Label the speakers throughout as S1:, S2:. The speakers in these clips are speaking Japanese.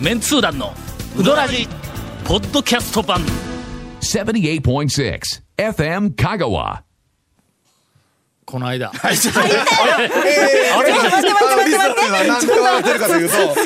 S1: メンツー団のウドラジポッドキャスト版
S2: 78.6 FM Kagawa.
S1: この間
S3: あれ
S4: 待って待って待って待って
S3: 何で笑ってるかというと、さ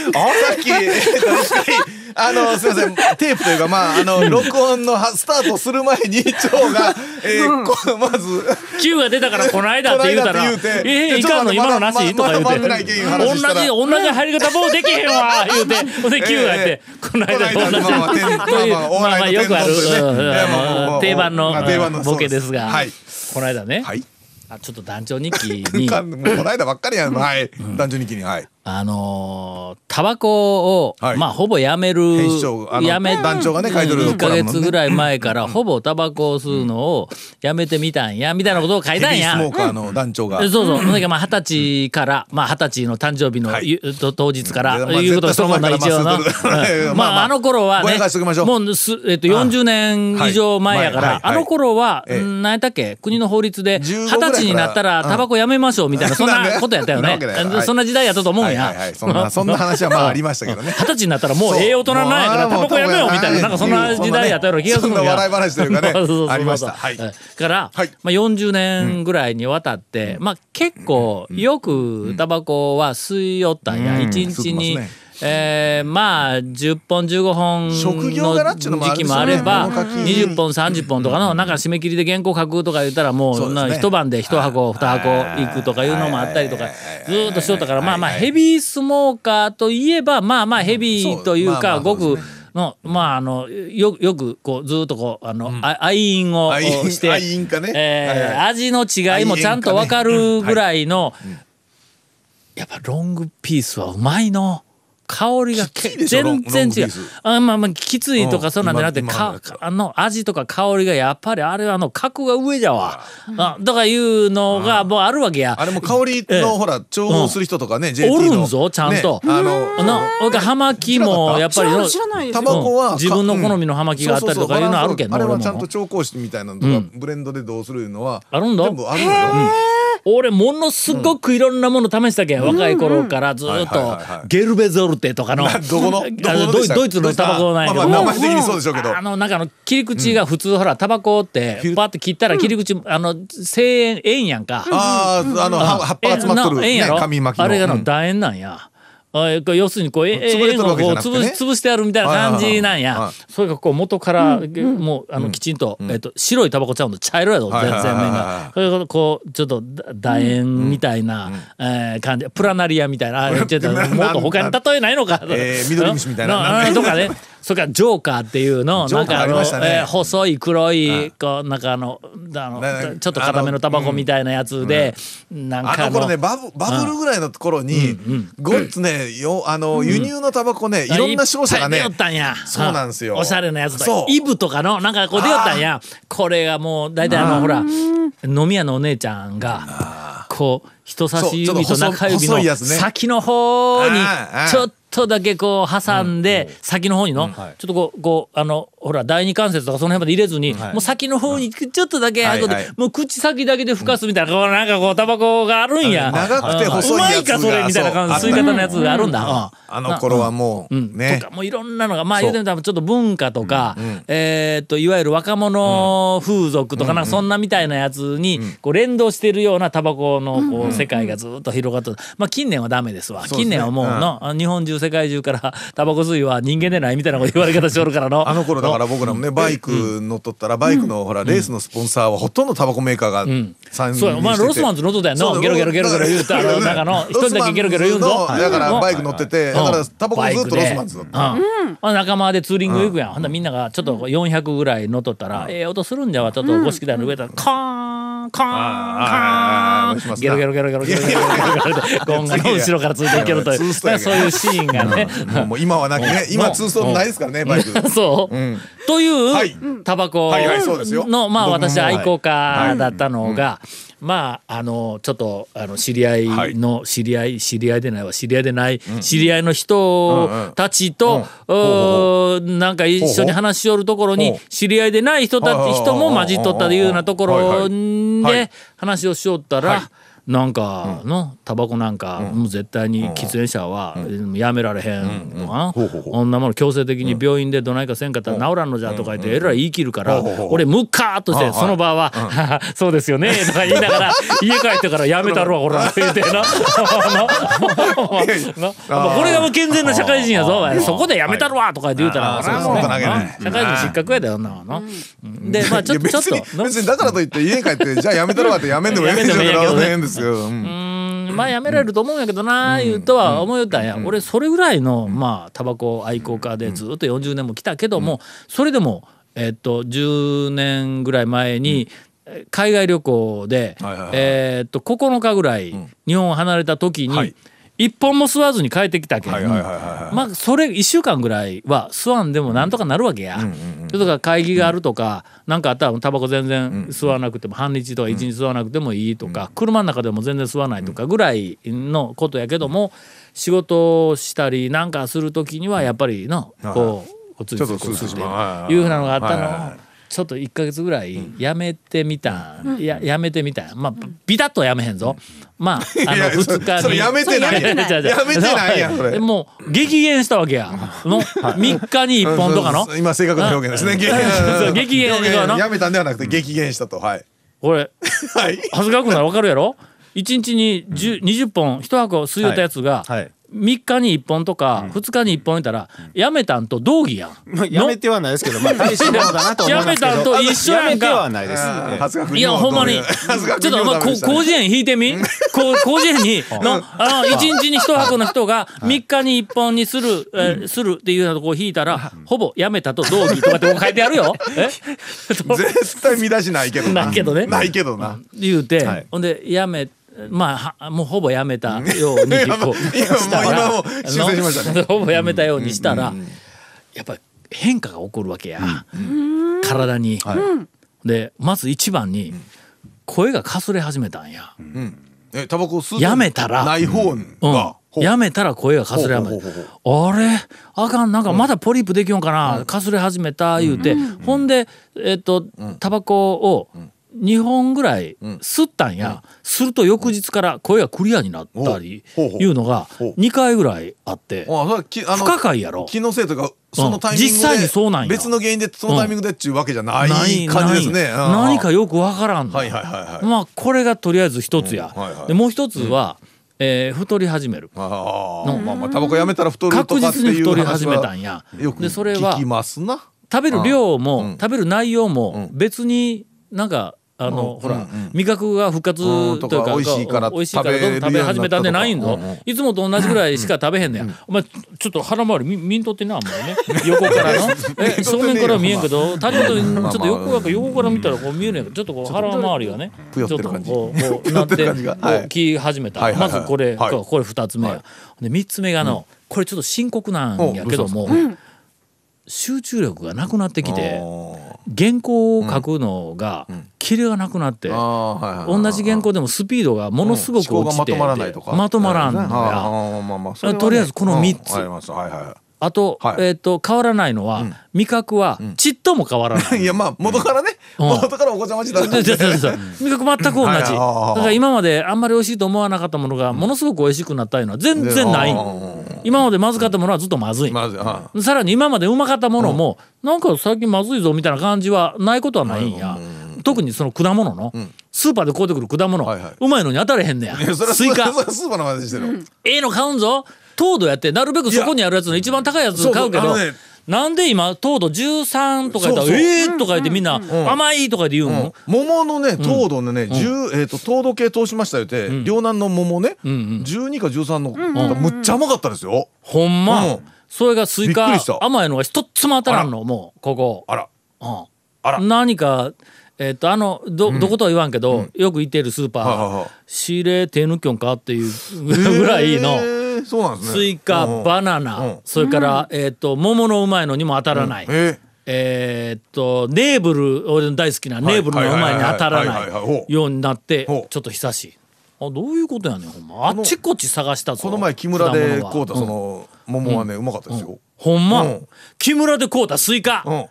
S3: っき、えっと確かに、あの、すいません、テープというか、まあ、あの、録音のはスタートする前に、長が、えーこまず、
S1: Q が出たからこの間って言うたら「
S3: この間って言うて
S1: ええ
S3: で
S1: いかんの
S3: ちょっ
S1: 今の
S3: と
S1: な
S3: まだ
S1: し?」とか言う
S3: ま
S1: て
S3: だまだないけん話したら
S1: 同じ同じ入り方もうできへんわ」 言うてほんで Q がやって「この間
S3: この間
S1: 同じ」
S3: まあまあ天まあまあ
S1: という
S3: お笑いの
S1: まあまあよくある
S3: 天丼というね
S1: うん
S3: いやまあまあまあ
S1: 定番の
S3: まあ定番の
S1: ボケですが
S3: そうで
S1: この間ね
S3: はい。
S1: あちょっと団長日記に
S3: かもうこの間ばっかりやん。はい。男女日記に、はい。
S1: あのータバコを、
S3: はい
S1: まあほぼやめる
S3: 編集長あの
S1: やめ
S3: 団長がね書いて
S1: 1
S3: るコ
S1: か
S3: ラムのね
S1: 月ぐらい前からほぼタバコを吸うのをやめてみたんやみたいなことを書い
S3: ヘ
S1: たん
S3: ビー
S1: や。
S3: スモーカーの団長が。
S1: そうそう、なんかまあ二十歳から、まあ二十歳の誕生日の、
S3: はい
S1: ゆと当日から、
S3: いやまあ
S1: いうことが
S3: 絶対
S1: そ
S3: そううだ
S1: な
S3: から
S1: 一応
S3: ま
S1: な、
S3: あそうだね
S1: うんま
S3: まあま
S1: あ
S3: あ
S1: あの頃は
S3: ご
S1: ね
S3: 返しときましょう
S1: もうすえっと四十年以上前やか
S3: はいは
S1: ら
S3: い、はい
S1: あ
S3: はい
S1: の頃は
S3: ええ
S1: うん何やったっけ、国の法律で
S3: 15
S1: 二十歳になったら
S3: ぐらいか
S1: タ
S3: ら
S1: バコやめましょうみたいなそん
S3: なん
S1: な
S3: で
S1: ことやったよね
S3: そんなわけない。はい
S1: そんな時代やったと思うん
S3: はいはいは
S1: や
S3: い。そんなそんな話はまあありましたけどね
S1: 二十歳になったらもうええ大人なんやから
S3: そう
S1: タ
S3: も
S1: バ
S3: う
S1: コやめようみたいななんかそんな時代やったような気がするんや
S3: そんな笑い話というかね
S1: そうそうそうそう
S3: ありましたはい
S1: だから、
S3: はい
S1: まあ、40年ぐらいにわたって、まあ結構よくタバコは吸いよったんや、
S3: うん
S1: 一日
S3: 吸っ
S1: に、
S3: てますね
S1: えーまあ10本15本
S3: 職業柄っちゅうの
S1: の
S3: もあ
S1: 時
S3: るで
S1: 期
S3: しょう
S1: も
S3: ね
S1: あれば
S3: 物書き
S1: 20本30本とかのなんか締め切りで原稿書くとか言ったらもう
S3: そうですね
S1: な一晩で一箱二箱
S3: はい
S1: いくとかいうのもあったりとか
S3: はいはいはい
S1: ずーっとしとったからまあまあ
S3: はいはい
S1: ヘビースモーカーといえばまあまあヘビーというか
S3: そうまあまあ
S1: ご
S3: そう
S1: く
S3: ですね
S1: のまああのよよくこうずーっとこうあのあ愛飲を
S3: 愛飲
S1: して
S3: 愛飲かね
S1: えー
S3: はいは
S1: 味の違いもちゃんとわかるぐらいのやっぱロングピースはうまいの。香りがけ
S3: きついでしょ
S1: 全然違う
S3: ロングピース。
S1: あまあまあきついとかそうなんじゃなくて、
S3: うん今
S1: か
S3: 今
S1: かあの味とか香りがやっぱりあれはあの格が上じゃわ。あだからいうのがもうあるわけや。
S3: あれも香りのほら重宝する人とかね、JT の
S1: おるんぞちゃんと
S3: ねあの
S1: な、おかはまきもやっぱりの
S4: 知らないで
S3: タ
S4: すよ
S3: バコは、
S1: うん自分の好みの葉巻があったりとかいうのはあるけど
S3: どあれはちゃん
S1: 俺も
S3: と調香師みたいなのとか、ブレンドでどうするいうのは
S1: あるんだ
S3: 全部あるのよ、
S1: 俺ものすごくいろんなもの試したけん、若い頃からずっ
S3: はいはい
S1: と
S3: はいはい
S1: ゲルベゾルテとかの
S3: どこの
S1: あのド
S3: どこので
S1: イ
S3: した
S1: ドイツのタバコなんやけど、
S3: まあまあ名前的にそうでしょうけど
S1: あのなんかあの切り口が普通、ほらタバコってパッて切ったら切り口、あの1,000円円やんか。
S3: あーあの葉葉っぱが詰まっとる、
S1: ええ
S3: ね、
S1: やろ
S3: 紙巻きの
S1: あれが
S3: う
S1: の
S3: ん
S1: 楕円なんや。あえこう要するにこうええ
S3: 潰れて
S1: 円を
S3: る
S1: こ
S3: わ
S1: う
S3: けじゃなくてね
S1: 潰し潰してあるみたいな感じなん
S3: はいはいはい
S1: や
S3: は。
S1: それがこう元からえもうあのきちんとえっと白いタバコちゃうんと茶色やぞ全
S3: はい
S1: 然
S3: はい
S1: 面
S3: はいはい
S1: が。それがこうちょっとだ楕円みたいなえー感じプラナリアみたいなあ言っちゃった
S3: な
S1: もっと他に例えないのか。
S3: えー緑虫みたいな
S1: あ あとかね。それからジョーカーっていうの
S3: ジョ
S1: なん
S3: ーカー
S1: かあ
S3: あり
S1: の
S3: ましたね
S1: えー細い黒いこうなんかあのあ
S3: なな
S1: のちょっと固めのタバコみたいなやつでなん
S3: あ
S1: か
S3: の頃ねバブバブルぐらいの頃に、ごっつねよあの輸入のタバコね、いろんな商社が
S1: い
S3: ね
S1: っぱい出よったんや
S3: そうなんすよ
S1: おしゃれなやつだ
S3: そう
S1: イブとかのなんかこう出よったんやこれがもう大体あのほら飲み屋のお姉ちゃんがこう人差し指と中指
S3: そうちょっと細細い
S1: の
S3: やつね
S1: 先の方に
S3: あーあー
S1: ちょっとだけこう挟んで先の方にのちょっとこうこうあのほら第二関節とかその辺まで入れずにもう先の方にちょっとだけ
S3: はい
S1: 運ん
S3: は
S1: で
S3: い
S1: もう口先だけでふかすみたいなこうなんかこうタバコがあるんや
S3: 長くて細いやつが
S1: うんうまいかそれみたいな感じ
S3: そ
S1: 吸
S3: う
S1: い方のやつがあるんだうん
S3: あの頃はもう、ね
S1: とかもういろんなのがまあ
S3: そ
S1: 言う
S3: う
S1: てみたらちょっと文化とか、えーっといわゆる若者風俗とかなんかそんなみたいなやつにこう連動してるようなタバコのこう世界がずっと広がってるまあ近年はダメですわ
S3: うですね
S1: 近年はもうの、日本中世界中からタバコ吸いは人間でないみたいなこと言われ方しておるからの
S3: あの頃だから僕らもねバイク乗っとったらバイクのほらレースのスポンサーはほとんどタバコメーカーが参入して
S1: そうやお前ロスマンズ乗っとったやんの
S3: そう
S1: ゲロゲロゲロゲロ言うてあの中の一人だけゲロゲロ言うんぞ
S3: ロスマンズのだから
S1: うん
S3: バイク乗っててだからタバコもずっとロスマンズだ
S1: う
S3: っ
S1: ん
S3: た
S1: ほんで仲間でツーリング行くやん、ほんでみんながちょっと400ぐらい乗っとったら、ええ音するんじゃわちょっと五色台の上だったら、カーンカーンカ
S3: あーあーあーあーし
S1: ー
S3: ま
S1: ン
S3: すな
S1: ゲロゲロゲロゲロゲロゲロゲロゲロってゴンがの後ろからついていけるという
S3: いやいやツーストやけど
S1: そういうシーンがね、
S3: もうもう今はなきね
S1: うん
S3: 今ツーストーンないですからねバイ ク
S1: そう、という、
S3: はい
S1: タバコ
S3: はいはいそうですよ
S1: のまあ
S3: 僕も
S1: 私愛好家だったのが、まああのちょっとあの知り合いの知り合い知り合いでないわ知り合いでない知り合いの人たちとうーなんか一緒に話しよるところ
S3: ほ
S1: に
S3: う
S1: 知り合いでない人た
S3: はいはい
S1: ち
S3: はい
S1: 人も混じっとったというようなところ
S3: はいは
S1: で
S3: い
S1: 話をしよった
S3: はい
S1: ら。なんかのタバコなんか、もう絶対に喫煙者はやめられへんのかな、
S3: うんうんほうほうほう
S1: こんなもの強制的に病院でどないかせんかったら治らんのじゃとか言ってえらい言い切るから、
S3: ほうほうほう
S1: 俺ムッカーっとし
S3: は
S1: て
S3: い
S1: その場は「はは そうですよね」とか言いな がら家帰ってからやめたろほら言うてな なな
S3: あー
S1: これがもう健全な社会人やぞお前そこでやめたろわとか言うたら
S3: あー
S1: それは
S3: そう
S1: もう
S3: そんなことないね
S1: な社会人失格やだよなのでまあちょ
S3: いや
S1: ちょっ
S3: 別
S1: と
S3: に
S1: の
S3: 別にだからといって家帰ってじゃあやめたらわってやめんでもええんじゃない
S1: やめてもええけどね
S3: ええんですよ、うん
S1: うーんまあやめられると思うんやけどないうとは思うよったんや、俺それぐらいのまあタバコ愛好家でずっと40年も来たけども、それでもえっと10年ぐらい前に、えー海外旅行で、
S3: はいはいはい
S1: えっと9日ぐらい日本を離れた時に、
S3: はい
S1: 一本も吸わずに帰ってきたけど、
S3: はいはいはいはい
S1: まあそれ1週間ぐらいは吸わんでもなんとかなるわけや。それとか会議があるとか何、なん、かあったらタバコ全然吸わなくても半日とか一日吸わなくてもいいとか、車の中でも全然吸わないとかぐらいのことやけども仕事をしたりなんかする時にはやっぱりの
S3: はい
S1: こうおつり
S3: ちょ
S1: つ
S3: っと
S1: りこう
S3: 涼し
S1: して
S3: まうはいはい
S1: いうふうなのがあった
S3: はいはい
S1: のをちょっと1か月ぐらいやめてみた、ややめてみたまあビタッとはやめへんぞ、まああ
S3: い
S1: の
S3: やそ
S1: 2日に
S3: それやめてないや ん
S1: 違う違う
S3: やめてないやんそれ
S1: もう激減したわけ やの3日に1本とかの
S3: そうそう今正確な表現ですね激
S1: そう激減
S3: 表現
S1: そうな
S3: やめたんではなくて激減したとはい
S1: これ
S3: はい
S1: 長谷川君なら分かるやろ1日に10 20本1箱吸い寄ったやつが
S4: はいはい
S1: 3日に1本とか2日に1本いたらやめたんと同義やん。
S4: まあやめてはないですけど、まあ、大事なのかなと思いますけど。
S1: やめたんと一緒やんか
S4: やめてはないです。
S3: 恥ずかし
S1: いやほんまにち
S3: 恥ず
S1: ょ
S3: か
S1: っとまあこ
S3: こ
S1: 広辞苑引いてみこ広辞苑 にのあの1日に1箱の人が3日に1本にするえーするっていうようなとこを引いたらほぼやめたと同義とかってこう書いてあるよ。え
S3: 絶対見出しないけど
S1: ないけどね
S3: ないけどな
S1: 言うて、
S4: はい
S1: ほんでやめまあはもうほぼやめたよ うにこう
S3: いやもう
S1: したら
S3: 今もう修正しましたね
S1: あの ほぼやめたようにしたら、やっぱり変化が起こるわけや、体に。でまず一番に声がかすれ始めたんや。
S3: えタバコ吸う
S1: やめたら
S3: ない方
S1: うん
S3: がほう
S1: やめたら声がかすれ始め
S3: ほうほう
S1: あれあかんなんかまだポリープできよんかな、かすれ始めた言うて、ほんでえっ、とタバコを2本ぐらい吸ったんや、すると翌日から声がクリアになったり
S3: ほうほう
S1: いうのが
S3: ほう
S1: 2回ぐらいあって
S3: あそれはきあ
S1: 不可解やろ
S3: 気のせいとかそのタイミングで、
S1: 実際にそうなんや
S3: 別の原因でそのタイミングでっちゅうわけじゃない感じですね
S1: ない何かよくわからんの、
S3: はいはいはいはい
S1: まあこれがとりあえず一つや、
S3: うんはいはい
S1: でもう一つは、えー太り始める
S3: ああまあまあタバコやめたら太ると
S1: 確
S3: かって
S1: 実に
S3: いう
S1: 太り
S3: 話
S1: 始
S3: は
S1: めたんや
S3: よく
S1: でそれは
S3: 聞きますな
S1: 食べる量も、
S3: うん
S1: 食べる内容も別になんかあの、
S3: うん
S1: ほら、
S3: うんうん
S1: 味覚が復活
S3: うん
S1: と
S3: と
S1: いう
S3: か
S1: か
S3: 美味しいから
S1: 美味しいからどんどん食
S3: 食
S1: べ
S3: べれるようになったとか
S1: 始めたんでないんぞ、
S3: うんうん
S1: いつもと同じぐらいしか食べへんねや、お前ちょっと腹回りみ見んとってなあんまり ね横からのえ正面からは見えんけど他人とちょっと横から横から見たらこう見えるんやけどちょっとこう腹回りがねち
S3: ぷ
S1: ょ
S3: よ
S1: っ
S3: って
S1: と
S3: る
S1: こう
S3: 感じ
S1: こう
S3: ぷ
S1: な
S3: よ
S1: っ
S3: っててる
S1: こ
S3: 感じがはいう
S1: き始めた、
S3: はいはいはい
S1: まずこれ、
S3: はい
S1: これ二つ目や、で三つ目がの、これちょっと深刻なんやけども、集中力がなくなってきて原稿を書くのがキレがなくなって、同
S3: 同
S1: じ原稿でもスピードがものすごく落ちて、
S3: まとまらないとか
S1: まとまらんの
S3: あ
S1: や、
S3: ーあーまあまあそれはね
S1: とりあえずこの三つ
S3: うんわかりましたはいは
S1: あと,、
S3: はい
S1: えっと変わらないのは、味覚はちっとも変わらない。
S3: いいやまあ元からね
S1: うん
S3: 元からお子ちゃまちだったん
S1: そう
S3: で
S1: そう そう そう味覚全く同じ
S3: はい
S1: だ
S3: あー
S1: から今まであんまり美味しいと思わなかったものがものすごく美味しくなったいうのは全然ない
S3: うん
S1: 今までまずかったものはずっとまずい
S3: まずは
S1: さらに今までうまかったものも、なんか最近まずいぞみたいな感じはないことはないんや、特にその果物の、スーパーで買うてくる果物、
S3: はいはいう
S1: まいのに当たれへんねや
S3: いいやそれは
S1: スイカ
S3: それはスーパーの話してる
S1: ええの買うんぞ糖度やってなるべくそこにあるやつの一番高いやつ買うけ
S3: そう
S1: ど
S3: そうあのね
S1: なんで今糖度13とか言ったら
S3: そうそう
S1: ええとか言ってみんな、甘いとか言って言うの、
S3: 桃のね糖度のね10えっと糖度計通しましたよって両南の桃ね12か13のむっちゃ甘かったですよ
S1: ほんま、
S3: うん
S1: それがスイ
S3: びっく
S1: カ
S3: りした
S1: 甘いのが一つも当たらんのもうここ。
S3: あら
S1: うん
S3: あら
S1: 何か、えっとあのどどことは言わんけど、よく行っているスーパー、
S3: はいはいはい
S1: 仕入れ手抜きょんかっていう ぐらいの。
S3: えーそうなんですね
S1: スイカ、
S3: うん
S1: バナナ、
S3: うん
S1: それから、えっ、と桃のうまいのにも当たらない、
S3: え
S1: えーっとネーブル俺の大好きなネーブルの前に当たら
S3: はいはいはいはいはいは
S1: な
S3: いほ
S1: いうようになって
S3: ほう
S1: ちょっと久しいあどういうことやねんほんまあっちこっち探したぞ
S3: この前木村でこうた
S1: 果物が
S3: そ
S1: ん
S3: の桃はねうまかったですよ
S1: ほんま、
S3: うん
S1: 木村でこうたスイカ、
S3: うん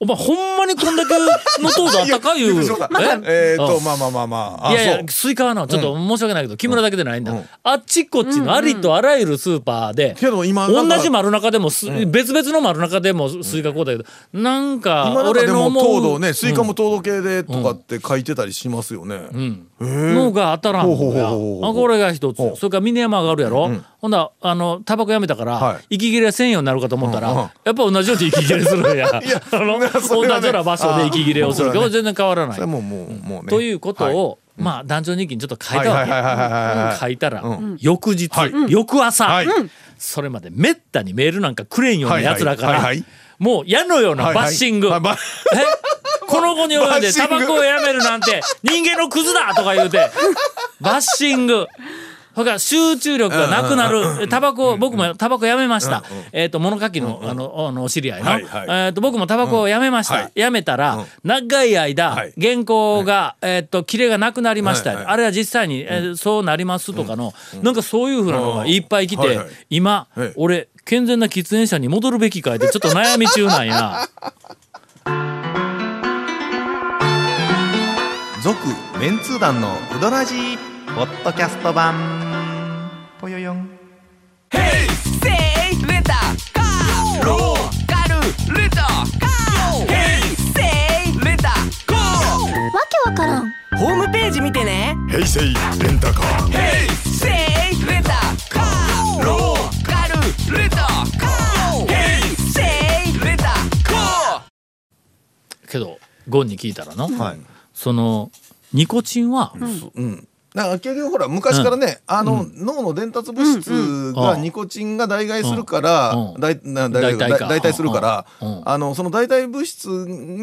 S1: お前ほんまにこんだけの当時あったかいう。
S3: びっくりしました
S1: え
S3: えーっ
S1: う
S3: と、
S1: ん
S3: まあまあまあまあ。あ
S1: いやい
S3: そう
S1: やスイカはなちょっと申し訳ないけど、木村だけでないんだ、
S3: うん
S1: あっちこっちのありとあらゆるスーパーで、
S3: けど今なんか
S1: 同じ丸中でもす、別々の丸中でもスイカこうだけど、なん
S3: 今
S1: か
S3: なんか
S1: 俺
S3: で
S1: の
S3: も
S1: 思う
S3: 糖度ね、スイカも糖度計でとかって書いてたりしますよね。
S1: のが当たらんの
S3: ほうほう
S1: や
S3: ほうほうほう
S1: あこれが一つ
S3: ほう
S1: それから峰山上がるやろ、ほんならあのタバコやめたから、
S3: はい
S1: 息切れせんようになるかと思ったら、
S3: うんうん
S1: やっぱ同じように息切れするん やあの
S3: それ
S1: 同
S3: はね
S1: じような場所で息切れをする
S3: あー
S1: けど全然変わらな
S3: そ
S1: い
S3: れは。もうもう、もうね。
S1: ということ
S3: はい。
S1: を、まあ団長日記にちょっと書いた
S3: はいはいはいはいはいはい
S1: わ
S3: はい
S1: け書いたら、
S3: う
S1: 翌日、
S3: はい
S1: 翌朝、
S3: はいうん
S1: それまでめったにメールなんかくれんような
S3: はいはい
S1: 奴らから、
S3: はいはい
S1: もう矢のようなバッシング。
S3: はいはい
S1: えこの子に及んでタバコをやめるなんて人間のクズだとか言うてバッシングほか集中力がなくなるタバコを僕もタバコやめましたえっと物書きのあのあのお知り合いの
S3: はいはい
S1: えっと僕もタバコをやめまし
S3: うんは
S1: た
S3: い
S1: やめたら長い間
S3: はい
S1: 原稿がえっとキレがなくなりまし
S3: はいはい
S1: たあれは実際にえーそうなりますとかのなんかそういうふうなのがいっぱい来
S3: はい
S1: て
S3: はい
S1: 今
S3: はい
S1: 俺健全な喫煙者に戻るべきかいってちょっと悩み中なんや。
S5: 続メンツー団のウドラジーポッドキャスト版ぽよよん
S6: せいレンタカーローカルレンタカーヘイセイレンタカー
S7: わけわからん
S6: ホームページ見てねヘイセイレンタカーヘイセイレンタカーローカルレンタカーヘイセイレンタカー
S1: けどゴンに聞いたらな、
S3: はい。
S1: そのニコチンは、
S3: うん。だから結局ほら昔からね、あの、脳の伝達物質
S1: う
S3: が
S1: ん
S3: ニコチンが代替するから、
S1: うん
S3: 代な代替
S1: 代替か
S3: 代替するから、
S1: うんうん
S3: あのその代替物質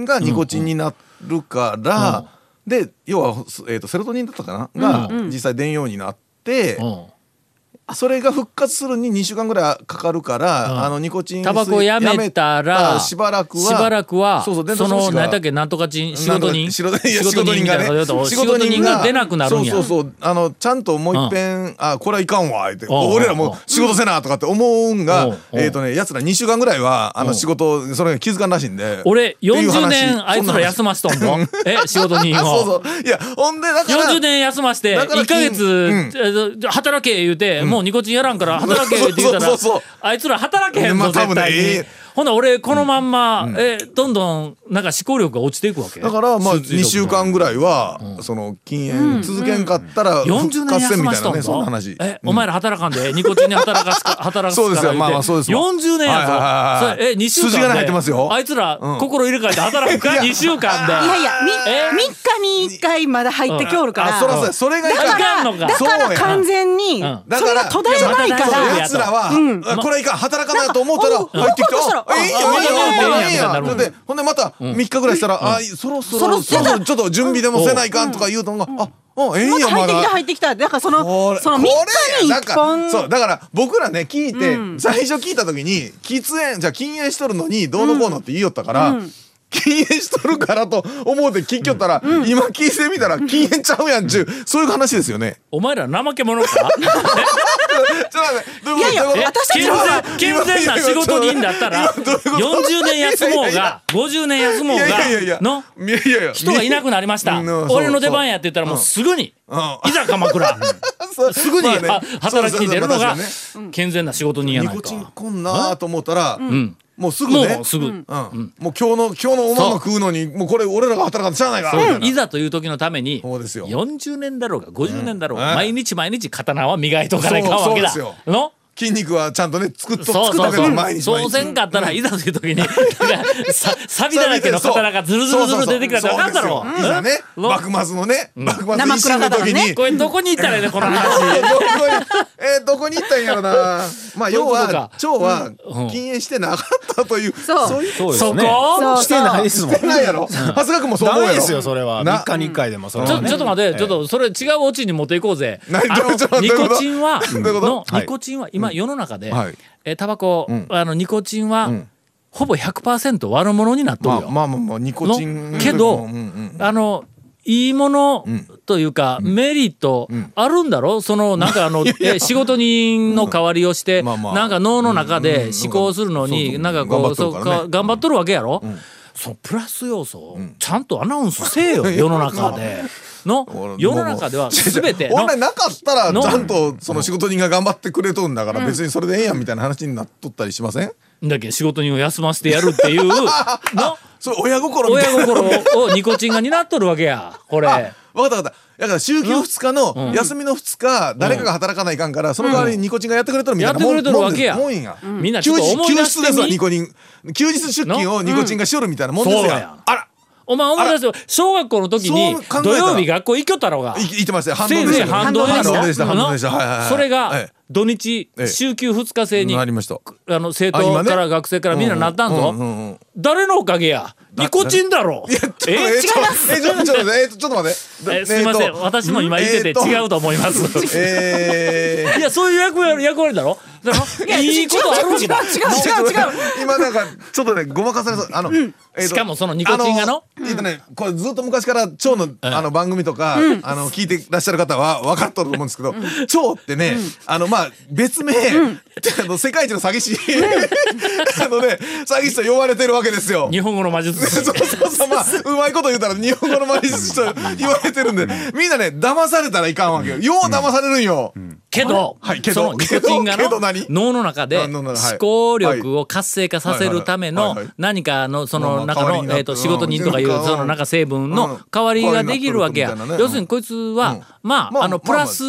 S3: がニコチンになるから、で要は、えー、とセロトニンだったかなが、実際電容になって、
S1: うん
S3: それが復活するに2週間ぐらいかかるから、
S1: うん
S3: あのニコチン
S1: タバコをやめたら
S3: しばらくは
S1: しばらくは
S3: そうそう伝
S1: そ
S3: 達物
S1: の
S3: 質が
S1: 何だっけなんとかチン仕事人
S3: 仕事人仕事人
S1: みた
S3: が
S1: いな
S3: ね
S1: 仕事人が出なくなるんや
S3: そうそうそうあのちゃんともういっぺん、あこれはいかんわって、
S1: ん
S3: 俺らもう仕事せなとかって思うんが、
S1: うん
S3: えっ、とねやつら2週間ぐらいはあ
S1: う
S3: の
S1: ん
S3: 仕事それが気づかんらしいんで
S1: 俺
S3: っていう
S1: 40
S3: 話
S1: 年あいつら休ましとんのえ仕事人
S3: あ
S1: を
S3: そうそういやほんでだから
S1: 40年休まして
S3: だから
S1: 1ヶ月、
S3: うん
S1: えっと働け言うて、もうニコチンやらんから働け言うて言うたら
S3: そうそうそうそう
S1: あいつら働けへんぞ、
S3: まあ多
S1: 絶
S3: 分ね
S1: 対に、
S3: ええ
S1: ほな俺このまんま、えどんどんなんか思考力が落ちていくわけ
S3: だからまあ2週間ぐ
S1: い
S3: らいは、その禁煙続けんかったら
S1: 40
S3: 復
S1: 年
S3: 活
S1: 休
S3: せんみ
S1: ま
S3: たい
S1: しと
S3: なんねそん
S1: ぞ
S3: な話。
S1: え、お前ら働かんで、ニコチンに働かす か、働かすから言て。
S3: そうですよまあまあそうですわ
S1: 40年
S3: はいはいはいは
S1: や
S3: い
S1: ぞ。それえ、2週間で。
S3: 筋金入ってますよ
S1: あいつら、心入れ替えて働くか、2週間で。
S8: いやいや、み、
S1: え
S8: 3日に1回まだ入ってきょるから。
S3: あそらそうやそれがい
S8: だ
S3: か
S8: か
S3: ん
S1: あいかんの
S8: ら、
S1: か
S8: だから完全に、
S1: ん
S3: だ
S8: そ
S3: か
S8: れ
S3: ら
S8: が途絶えないか
S1: い
S8: ら
S1: や、
S3: やつらは、あこれはいかん働かないと思うたら
S8: うん
S3: 入ってきて、
S8: うん
S3: あえいいや
S8: うん
S3: いいやいいやいいや
S1: うん
S3: ほんでほんでまた3日ぐらいしたら、あそろそろそ
S8: そ
S3: ろ
S8: ろ
S3: そ
S8: そ
S3: ろ
S8: ろ
S3: ちょっと準備でもせないかんとか言うとんが、ああええん
S8: ま
S3: や
S8: だ入っ
S3: ま
S8: てきた、
S3: だ。
S8: 入ってきた。だからそ
S3: こ
S8: の、
S3: れ
S8: その3
S3: これ
S8: 日に
S3: やなん
S8: 1
S3: か
S8: 本。
S3: そうだから僕らね聞いて、最初聞いた時に喫煙じゃあ禁煙しとるのにどうのこうのって言いよったから、禁煙しとるからと思うて聞きよったら、今聞いてみたら禁煙ちゃうやんちゅう、そういう話ですよね。
S1: お前ら怠け者か
S3: ちょっと待ってどういうこと
S8: いやいや
S3: どうう
S1: え
S3: こと
S8: 私たち
S1: 健
S8: の方が
S1: 全、健全な仕事人だったら、
S3: 今どういうこと
S1: 40年休もう
S3: いやいやい
S1: が、50年休もう
S3: い
S1: が
S3: やいやいや、
S1: の、
S3: いやいやいや
S1: 人がいなくなりました
S3: うんそう。そう
S1: 俺の出番やって言ったらもうすぐに、いざ鎌 倉。
S3: そう
S1: すぐに
S3: まあね
S1: は働きに出るの
S3: そうそうそうまあ
S1: が
S3: 確か
S1: 健全な仕事人
S3: に
S1: や
S3: ね
S1: な
S3: ニ
S1: い
S3: コチン
S1: か。
S3: こんなと思ったら、もうすぐね
S1: もうすぐ
S3: うんもう今日の今日のおまんま食うのにもうこれ俺らが働かんとしゃあないかみたいない
S1: ざという時のために
S3: そうですよ
S1: 40年だろうが50年だろう
S3: うん
S1: が毎日毎日刀は磨いとかないかんわけだ
S3: そうそうで。
S1: の
S3: 筋肉はちゃんとね作っと
S1: そう
S3: 作っ
S1: そ
S3: と
S1: う
S3: け
S1: そ
S3: ば
S1: う
S3: 毎日毎
S1: そう
S3: 日
S1: せんかったらいざという時に なんかさ錆だらけの刀がズルズルズル出てきたって分かんだろ
S3: そうですよいざね
S1: うん
S3: 幕末のね幕末維新の
S8: 生
S3: 時
S8: 倉
S3: に
S1: これどこに行ったらいいのこの話。
S3: えどこにえーどこに行ったんやろなまあ
S1: そういう
S3: 要
S1: こと
S3: は
S1: か
S3: 腸は禁煙してなかったという
S8: そう
S3: そういう
S4: そうです
S1: そ
S4: ね。
S1: こ
S8: そう
S4: してないですもん。
S3: ないやろ長谷川君もそう
S4: ダ
S3: 思う
S4: メ
S3: や
S4: で
S3: ろ
S4: すよ、それは。
S3: な
S4: 3日に1回でも、それ
S1: ち
S4: は
S1: ょ
S4: ね。
S1: ちょっと待って、ちょっとそれ違うオチに持っていこうぜ。あ
S3: 何どういうこと
S1: のニコチンは
S3: どういうこと
S1: の
S3: はい
S1: ニコチンは今世の中で、
S3: はい
S1: えータバコ、
S3: ん
S1: あのニコチンは、ほぼ100%悪者になっとる
S3: ま
S1: よ
S3: あ。まあまあまあニコチン
S1: のけど、
S3: うんうん
S1: あのいいものというか、メリットあるんだろ、そのなんか あの、え仕事人の代わりをして、
S3: まあまあ
S1: なんか脳の中で思考するのに、
S3: うん
S1: なんかこう
S3: 頑張っと
S1: そ
S3: る
S1: う
S3: からね
S1: か頑張っとるわけやろ、そのプラス要素をちゃんとアナウンスせえ よ、世の中で。の世の中では全ての
S3: 本来なかったら
S1: の
S3: ちゃんとその仕事人が頑張ってくれとんだから別にそれでええやんみたいな話になっとったりしません
S1: だっけ仕事人を休ませてやる っていうの
S3: それ親心みた
S1: 親
S3: いな
S1: 心をニコチンが担っとるわけやこ れ。
S3: 分かった分かっただから週休2日の休みの2日誰かが働かないかんからその代わりにニコチンがやってくれとるみたいな
S1: やってく
S3: も
S1: れ
S3: ん
S1: とるわけや
S3: もんですもんや
S1: みんなちょ
S3: 休
S1: っと
S3: 日
S1: 思い出
S3: 休日ですわ
S1: して
S3: ニ
S1: み
S3: コチン休日出勤をニコチンがしよるみたいなもんです
S1: そう
S3: や
S1: や
S3: あら
S1: お前思い出すよ小学校の時に
S3: そう考えたら
S1: 土曜日学校行きよったろうが。
S3: い言ってましたよ反
S1: 先
S3: 動でした
S1: 生
S3: よ
S1: 反動でしょ
S3: 反動でした反動でした
S1: あの
S3: はいはいはい
S1: それが
S3: え
S1: 土日
S3: ええ
S1: 週休2日制
S3: え
S1: に
S3: なり
S1: あ
S3: ました
S1: の生
S3: あ今
S1: 徒
S3: ね
S1: から学生からみんななったん
S3: うう
S1: ぞ
S3: ううん
S1: 誰のおかげやニコチンだろ
S3: いやちょっとえ
S1: え
S3: ーちょえーちょっとちょっと待ってえーちょっと待って
S1: えすいません私も今言ってて違う
S3: と
S1: と思います
S3: えー
S1: いやそういう役割役割だろだろいいことあるんだ
S3: 違う違う 今なんかちょっとねごまかされそうあの、えーと
S1: しかもそのニコチンがの
S3: あえっとねこれずっと昔から蝶のあの番組とか、あの聞いてらっしゃる方は分かっとると思うんですけど蝶ってね、あのまあ別名、あの世界一の詐欺師あのね詐欺師と呼ばれてるわけですよ。
S1: 日本語の魔術師
S3: そうそうそうまあうまいこと言うたら日本語のマリスと言われてるんでみんなね騙されたらいかんわけよよう騙されるんよ、
S1: けど、
S3: はいけ
S1: その
S3: ど
S1: ニコチンが
S3: けどけど
S1: の
S3: 何
S1: 脳の中で
S3: あ
S1: 思
S3: 脳の中はい
S1: 考力を活性化させるため
S3: はい
S1: の
S3: はいはいはい
S1: 何かのそ
S3: ま
S1: の
S3: あまあ
S1: 中
S3: 代わり
S1: の
S3: になっ
S1: えーと仕事人とかいう
S3: うん
S1: その中成分の代わりができるわけ
S3: う
S1: や
S3: ん代わりにな
S1: 要
S3: っとるみたいなねうん
S1: するにこいつはま
S3: まあ
S1: ああの
S3: まあ
S1: プ
S3: まあ
S1: ラス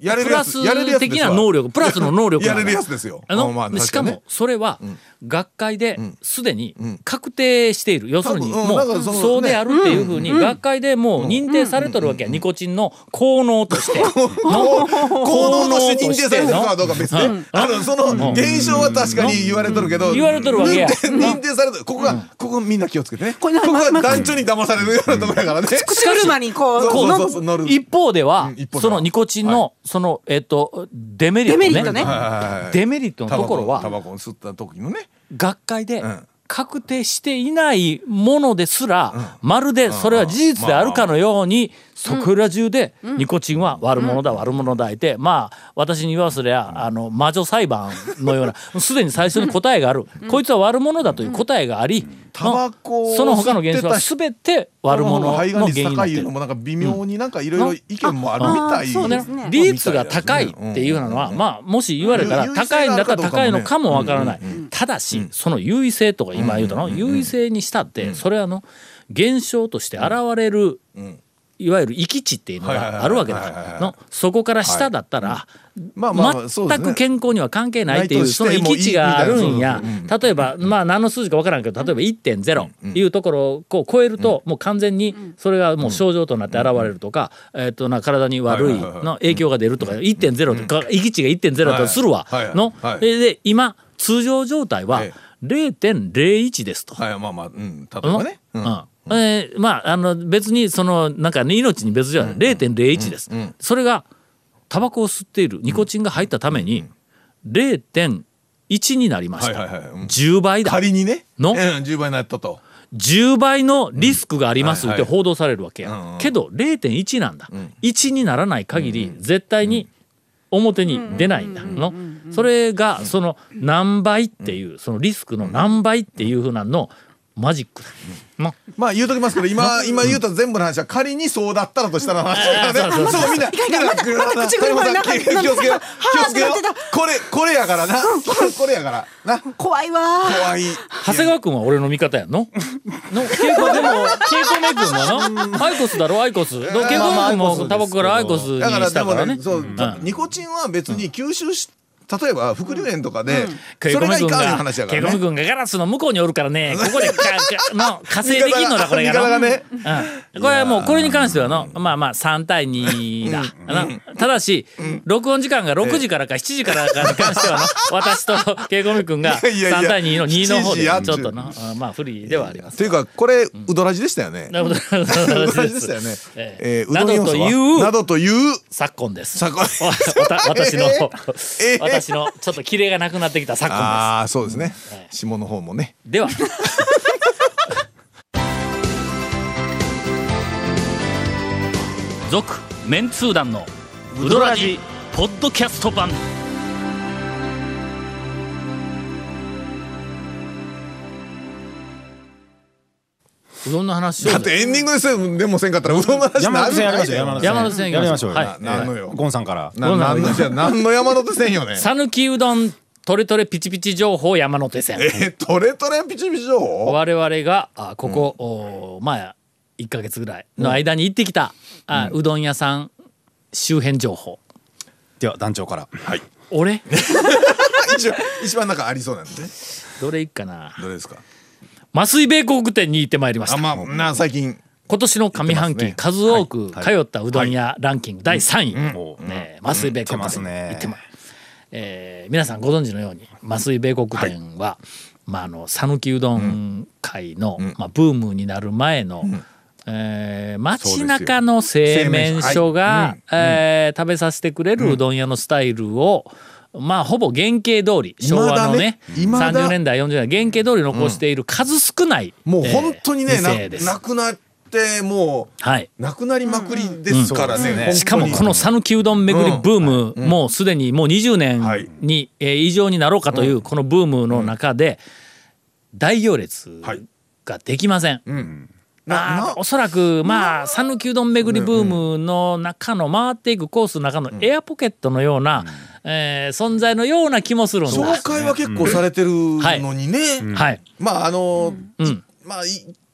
S3: やれ
S1: プ
S3: るや
S1: ラ
S3: つやれる
S1: ス
S3: やつですわ
S1: 的な能力プラスの能力なの
S3: やれるやつですよ
S1: あの
S3: まあまあ
S1: でしか
S3: 確
S1: も
S3: かにね
S1: それは学会ですでに
S3: ん
S1: 確定している要するに
S3: 多分うん
S1: も
S3: なんか
S1: う
S3: その
S1: そうであるっていうふうに学会でもう認定されとるわけやニコチンの効能として。
S3: 行動として認定されてるかはどうか別で、あのその現象は確かに言われとるけど、
S1: うん言われとるわけや
S3: 認定認定されてるここが、ここみんな気をつけてねここは団長に騙されるようなところやからね、
S8: 口車にこう、
S3: そうそうそう
S8: の
S3: そう乗る
S1: 一方では、
S3: うん一方では
S1: そのニコチンの、そのえっ、とデメリットね
S8: デメリットね
S3: はいはいはいはい
S1: デメリットのところ
S3: タ
S1: は
S3: バコを吸った時のね
S1: 学会で
S3: うん
S1: 確定していないものですら、まるでそれは事実であるかのように、そこら中でニコチンは悪者だ、悪者だいてまあ私に言わせりゃ、あの魔女裁判のような すでに最初に答えがある、こいつは悪者だという答えがあり、
S3: タバコを吸ってた
S1: その他の現象は全て悪者の原
S3: 肺
S1: 因
S3: がん
S1: になって
S3: 率高いいう
S1: る
S3: の。もなんか微妙になんかいろいろ意見もあるみたい
S8: あそうね
S1: ね、率が高いっていうのは、まあもし言われたら
S3: 優位性
S1: 高いんだった
S3: があるか
S1: ら高
S3: どうかも
S1: いの
S3: ね
S1: かもわからない、ただし、その優位性とか今言うたの、優位性にしたってそれはあの現象として現れる、いわゆる域値っていうのがあるわけだか
S3: はいはいはい
S1: ら
S3: はいはい
S1: のそこから下だったら、
S3: まあまあまあそうです
S1: 全
S3: ね
S1: く健康には関係ないってい
S3: な
S1: う
S3: いとし
S1: そ
S3: ても
S1: の域値があるん
S3: いい
S1: や
S3: みたいなそう
S1: 例えばまあ何の数字かわからんけど例えば1.0いうところをこう超えるともう完全にそれがもう症状となって現れるとかえっとな体に悪い
S3: はいはいはいはい
S1: の影響が出るとか1.0とか域値が1.0だとするわ
S3: はいはい
S1: の
S3: はい
S1: でで今通常状態は
S3: え
S1: 0.01ですと。
S3: はいまあまあうん例えばね、
S1: う
S3: うんん
S1: えーまああの別にそのなんかね命に別じゃない、0.01です、それがタバコを吸っているニコチンが入ったために0.1になりま
S3: は
S1: し
S3: い
S1: た、
S3: はいはい、うん
S1: 10倍だ
S3: 仮にね
S1: の
S3: うん、10倍になったと
S1: 10倍のリスクがあります
S3: うん
S1: っ
S3: は
S1: て
S3: いはい
S1: 報道されるわけや、
S3: うんうん
S1: けど0.1なんだ、1にならない限り絶対に表に出ないんだのそれがその何倍っていうそのリスクの何倍っていうふうなのマジックだの
S3: まあ言うときますけど今今言うと全部の話は仮にそうだったらとしたらの話だからねそうみんなみんな
S8: 口車になんか
S3: 気気をつけよう気をつけよ
S8: はーってなって
S3: うこれこれやからな これやからな
S8: 怖いわー。
S3: 怖い
S1: 長谷川君は俺の味方やんの の稽古でも稽古目君はなアイコスだろアイコスの稽
S3: まあまあ
S1: 古目君も
S3: アイコスですけど
S1: タバコからアイコスに
S3: だから
S1: し
S3: で
S1: たか
S3: も
S1: らね
S3: ねそう
S1: うん
S3: ニコチンは別に吸収し例えば副流煙とかでそ
S1: 稽古
S3: れが
S1: 目君
S3: いかんいう
S1: が
S3: 話やか
S1: 稽
S3: ら
S1: 古目
S3: ね
S1: 君がガラスの向こうにおるからねここでかかの火星できん のだこれが
S3: 味方
S1: な
S3: がね
S1: うんこれはもうこれに関してはのまあまあ3対2だ、なただし、録音時間が6時からか7時からかに関して はの私と稽古目君が
S3: いやいやいや
S1: 3対2の2の方で
S3: 7時
S1: ちょっとなあまあ不利ではあります
S3: というかこれウドラジでしたよね
S1: な るほど。
S3: ウドラジでしたよね
S1: ええ
S3: えーう
S1: な
S3: ど
S1: ど
S3: ん要
S1: と
S3: 素
S1: い
S3: はな
S1: う
S3: どという
S1: 昨今 です。
S3: 昨今
S1: わわた私の、
S3: ええ
S1: 私のちょっとキレがなくなってきた昨今
S3: ああそうですね下の方もね
S1: です。で は。続メンツー団のウドラジポッドキャスト版。うどんの話しよ
S3: だ
S1: う
S3: っ
S1: ぜ
S3: てエンディングですでもせんかったらうどんの話
S4: 山手線やりましょう
S3: 山
S4: 山
S3: 手
S4: 手
S1: 山手線
S4: 線やりましょう
S1: はい
S3: なんのよ
S4: ゴンさんから
S3: ななんのじ ゃなんの山手線よね
S1: 讃岐うどんトレトレピチピチ情報山手線
S3: えトレトレピチピチ情報
S1: 我々があここ、おまあ1か月ぐらいの間に行ってきた、うあうどん屋さん周辺情報
S4: では団長から
S1: 俺
S3: 一番一番なんかありそうなんでね
S1: どれ行くかな
S3: どれですか
S1: 麻酔米国店に行ってまいりまし
S3: あ
S1: た
S3: まあなあ最近
S1: 今年の上半期、
S3: 行って
S1: 数多く通ったうどん屋ランキング第3位、ね麻酔米国
S4: 行ってます
S1: 店
S4: ね
S1: 行ってまえー皆さんご存知のように麻酔米国店は、まああの讃岐うどん界の、まあ、ブームになる前の、えー街中の製麺所が、えー食べさせてくれるうどん屋のスタイルを、まあほぼ原型通り昭和のね
S3: 未だ
S1: 30年代40年代原型通り残している数少ない、
S3: もう本当に
S1: え
S3: ね、
S1: ー
S3: な
S1: 店です
S3: なくなっても
S1: はい、
S3: うなくなりまくりですからね、本当に
S1: しかもこの讃岐うどん巡りブーム、もうすでにもう20年に、
S3: はい
S1: えー以上になろうかというこのブームの中で大行列ができません。
S3: な
S1: あ
S3: な
S1: ーおそらくまあ讃岐うどん巡りブームの中の回っていくコースの中のエアポケットのような、えー存在のような気もするんだ。
S3: 紹介は結構されてるのにね、
S1: はい、
S3: まああの、
S1: うん
S3: まあい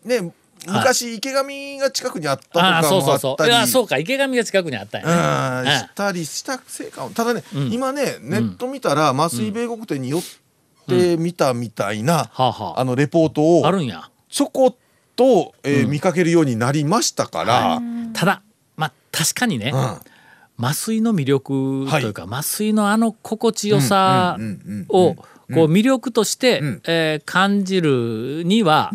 S3: ね昔池上が近くにあったと
S1: あ
S3: か
S1: あそう
S3: も
S1: そ
S3: あ
S1: う
S3: っ
S1: そ
S3: た
S1: うい
S3: り
S1: やそうか池上が近くにあったんやね
S3: うん
S1: ええ
S3: したりしたせいかもただね、今ねネット見たら麻酔米国店に寄ってみたみたいな、
S1: はあはあ
S3: あのレポートを
S1: あるんや
S3: ちょこっと、えー見かけるようになりましたから、
S1: ただまあ確かにね、
S3: うん
S1: 麻酔の魅力というか、麻酔のあの心地よさ
S3: うんうんうん
S1: をこう魅力として、
S3: ん
S1: えー感じるには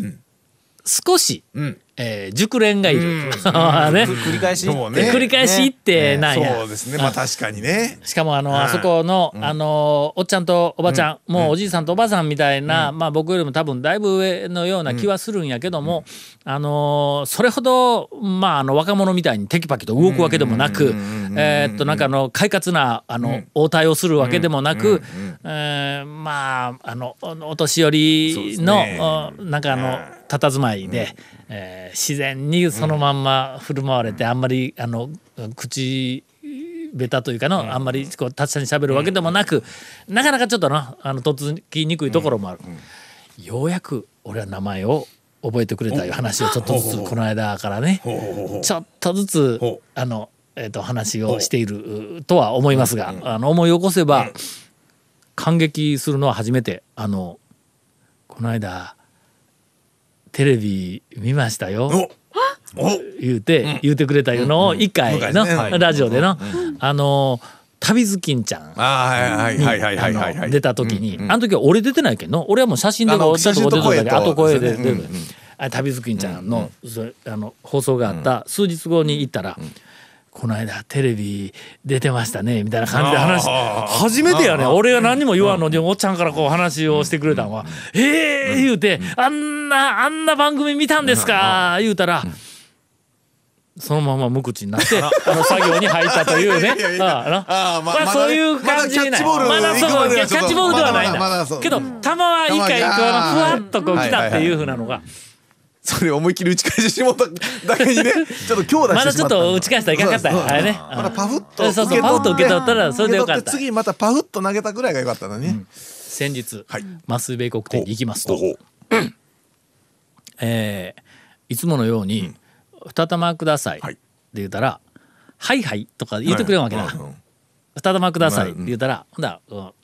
S1: 少し、
S3: うん
S1: えー熟練がいる、 ね
S4: 繰り返し
S3: そうね
S1: で繰り返し行ってなんや、
S3: そうですねまあ確かにね
S1: しかもあのあそこの、あのおっちゃんとおばちゃん、もうおじいさんとおばさんみたいな、まあ、僕よりも多分だいぶ上のような気はするんやけども、あのそれほど、まあ、あの若者みたいにテキパキと動くわけでもなく、えーっとなんかあの快活なあの、応対をするわけでもなく、えーまああのおお年寄りの、おなんかあの佇まいで、えー自然にそのまんま振る舞われて、あんまりあの口ベタというかの、あんまりこう達者に喋るわけでもなく、なかなかちょっとなあのとっつきにくいところもある、ようやく俺は名前を覚えてくれたいう話をちょっとずつこの間からねちょっとずつあの、えー、と話をしているうとは思いますが、あの思い起こせば、感激するのは初めてあのこの間テレビ見ましたよ。
S3: お
S1: 言うて、言うてくれたいうのを一回の、
S3: 昔ねはい
S1: ラジオでの、あの旅好きんちゃん
S3: あーはいはいはいはいはいはい
S1: 出た時に、あの時は俺出てないけど俺はもう写真で
S3: あの
S1: こうちょっとこう出てただけ
S3: 写真
S1: 後
S3: と声
S1: 声
S3: と
S1: で
S3: そう
S1: 出
S3: ですね
S1: てるあ旅好きんちゃんの,それ、あの放送があった数日後に行ったら。この間テレビ出てましたねみたいな感じで話し初めてやね俺が何も言わんのにおっちゃんからこう話をしてくれたんは「ええ!」言うて「あんなあんな番組見たんですか!」言うたらそのまま無口になってあの作業に入ったというね
S3: いやいやいや
S1: ああな
S3: ああま
S1: まあ
S3: まだ
S1: そういう感じにな
S3: まだ
S1: いまだそ
S3: キャッチボール
S1: う
S3: 行くまで
S1: キ
S3: は
S1: ャ
S3: ちょっと
S1: ッチボールではないん
S3: まだまだまだそ
S1: だ
S3: う
S1: けどたまは一回
S3: たま
S1: こう
S3: は
S1: あのふわっとこう
S3: はい
S1: 来たっていうふうなのが
S3: それ思いっきり打ち返してしまっただけにねちょっと強打
S1: ま
S3: して
S1: だ
S3: し
S1: ちょっ
S3: まったんだ
S1: と打ち返したらいかんかった
S3: そう
S1: よ
S3: そう
S1: あれね
S3: まだパフッと
S1: そうそうパフッと受け取ったらそれでよかっ
S3: 受け
S1: た
S3: 取て次またパフッと投げたぐらいがよかったのにね
S1: 先日
S3: はい
S1: マス米国店に行きますと
S3: ほう
S1: えーいつものように「二玉ください」っ
S3: はい
S1: て言うたら「はいはい」とか言ってくれんわけだ
S3: うんうん
S1: 「二玉ください」って言うたらほんだらこ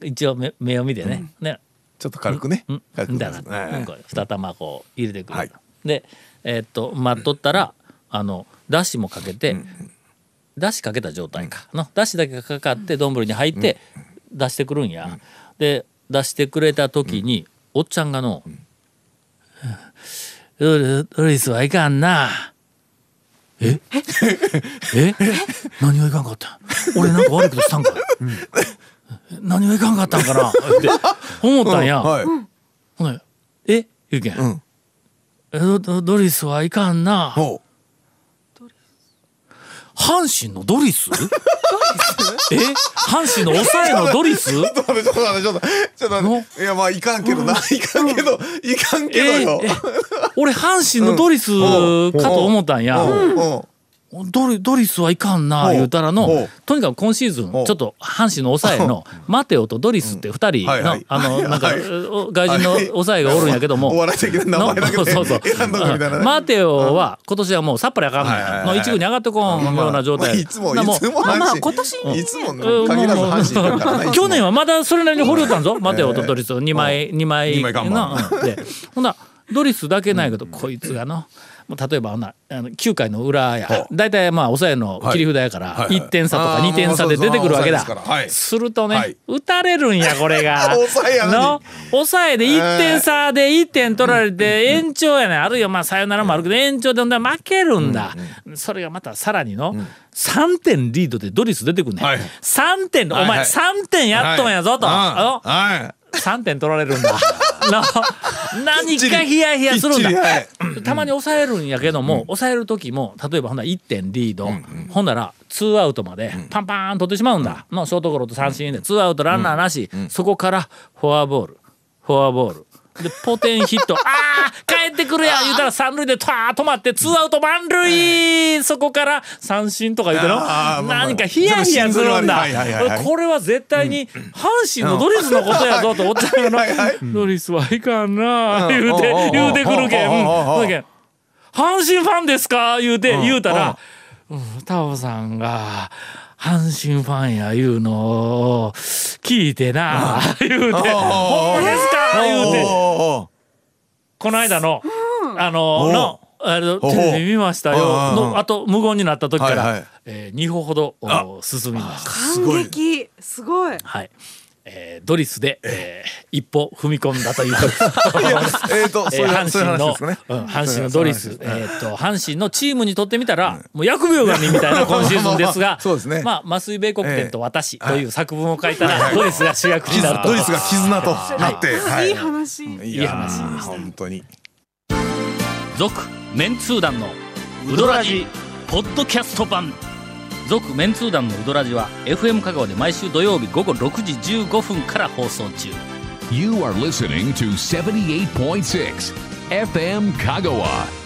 S1: う一応目目を見てねね
S3: ちょっと軽くね
S1: うん
S3: 軽く
S1: みたいな、
S3: はい
S1: うんこう二玉こう入れてくる、
S3: はい
S1: でえーっと待っとったら、あのだしもかけて、だしかけた状態かのだしだけかかって丼に入って出してくるんや、で出してくれた時に、おっちゃんがの「ウルウリスはいかんな」ええ何がいかんかったん俺なんか悪いことしたんかい、何がいかんかったんかなって思ったんや、
S3: はい
S1: ほんでえゆうけん、
S3: うん
S1: えドドドリスはいかんな
S3: ほう
S1: 阪神のドリス え阪神の抑えのドリス
S3: ちょっと待って、ちょっと待って、ちょっと待って、ちょっと待って。いや、まあ、いかんけどな。いかんけど、いかんけどよ。
S1: え俺阪神のドリスかと思ったんや。
S3: うんうん
S1: ドリドリスはいかんな言うたら
S3: ほ
S1: の
S3: う
S1: とにかく今シーズンちょ
S3: ほ
S1: っ
S3: う
S1: と阪神の抑えのマテオとドリスって二人
S3: はいは
S1: の
S3: い
S1: あのなんか
S3: はい
S1: お外人の抑えがおるんやけども
S3: お笑い的な名前だけ
S1: の
S3: で
S1: そうそう
S3: 選んどくみたいなね
S1: マテオは今年はもうさっぱりあかんの
S3: はいはい
S1: や
S3: はい
S1: の
S3: はい
S1: 一軍に上がってこんような状
S3: まあ
S1: 態
S3: いつも、い
S1: なもう
S3: つも
S8: まあまあ
S3: 阪
S8: 今
S3: 神。
S8: 年
S3: いつも
S1: うん
S3: 限らず阪神だからな。いつも
S1: 去年はまだそれなりに掘りよったんぞマテオとドリス2枚2枚
S3: 二枚看板
S1: なうんでほんならドリスだけないけどこいつがのもう例えばほんなあの9回の裏や大体まあ抑えの切り札やから
S3: はいはい
S1: 1点差とか
S3: あー
S1: 2点差で出てくるわけだ
S3: もうそうですからはい
S1: すると
S3: は
S1: ね
S3: い
S1: 打たれるんやこれが
S3: 抑えやのに
S1: の抑えで1点差で1点取られて延長やねあるいはまあさよならもあるけど延長でほんなら負けるんだそれがまたさらにの3点リードでドリス出てくんねん
S3: はい
S1: 3点お
S3: はいは
S1: 前
S3: い
S1: 3点やっとんやぞと、
S3: は
S1: お3点取られるん だな何かヒヤヒ
S3: い。
S1: ヤするん
S3: きっちりは
S1: だ
S3: い
S1: たまに抑えるんやけども、抑える時も例えばほんなら1点リード、ほんならツーアウトまでパンパン取ってしまうんだ、のショートゴロと三振でツーアウトランナーなし、そこからフォアボールフォアボールでポテンヒット あー帰ってくるやん言うたら三塁でとー止まってツーアウト満塁そこから三振とか言うての
S3: あーまあまあ
S1: 何かヒヤヒヤするんだ、
S3: はいはいはいはい
S1: これは絶対に阪神のドリスのことやぞとおっちゃんがのドリスはいかんな言うて
S3: うん
S1: 言うてくるけん
S3: うん
S1: うん
S3: うん
S1: ほいけん阪神ファンですか言うて言うたらうんタオさんが阪神ファンや言うのを聞いてな言うて「ほんまですか?」言うてこの間のあのの。あのテレビ見ましたよのあと無言になった時か
S3: はいは
S1: ら
S3: い
S1: えー二歩ほどお進みました
S8: 感激すごい。
S1: はい、えードリスで、えー一歩踏み込んだ ということです。
S3: えっと、そう
S1: えー
S3: いう
S1: 阪
S3: そういう
S1: 神
S3: 話
S1: の
S3: ですかね。、
S1: うん阪神のドリス、えーっと阪神のチームにとってみたら、もう疫病神みたいな今シーズンですが
S3: そうですね
S1: まあ麻酔米国店と私という作文を書いたら、ドリスが主役になると。
S3: ドリスが絆となって。はい
S8: い
S3: い
S8: 話。
S3: い
S1: いい話でした
S3: 本当に。
S1: 続メンツー団のウドラジポッドキャスト版続メンツー団のウドラジは FM 香川で毎週土曜日午後6時15分から放送中。
S2: You are listening to 78.6 FM Kagawa.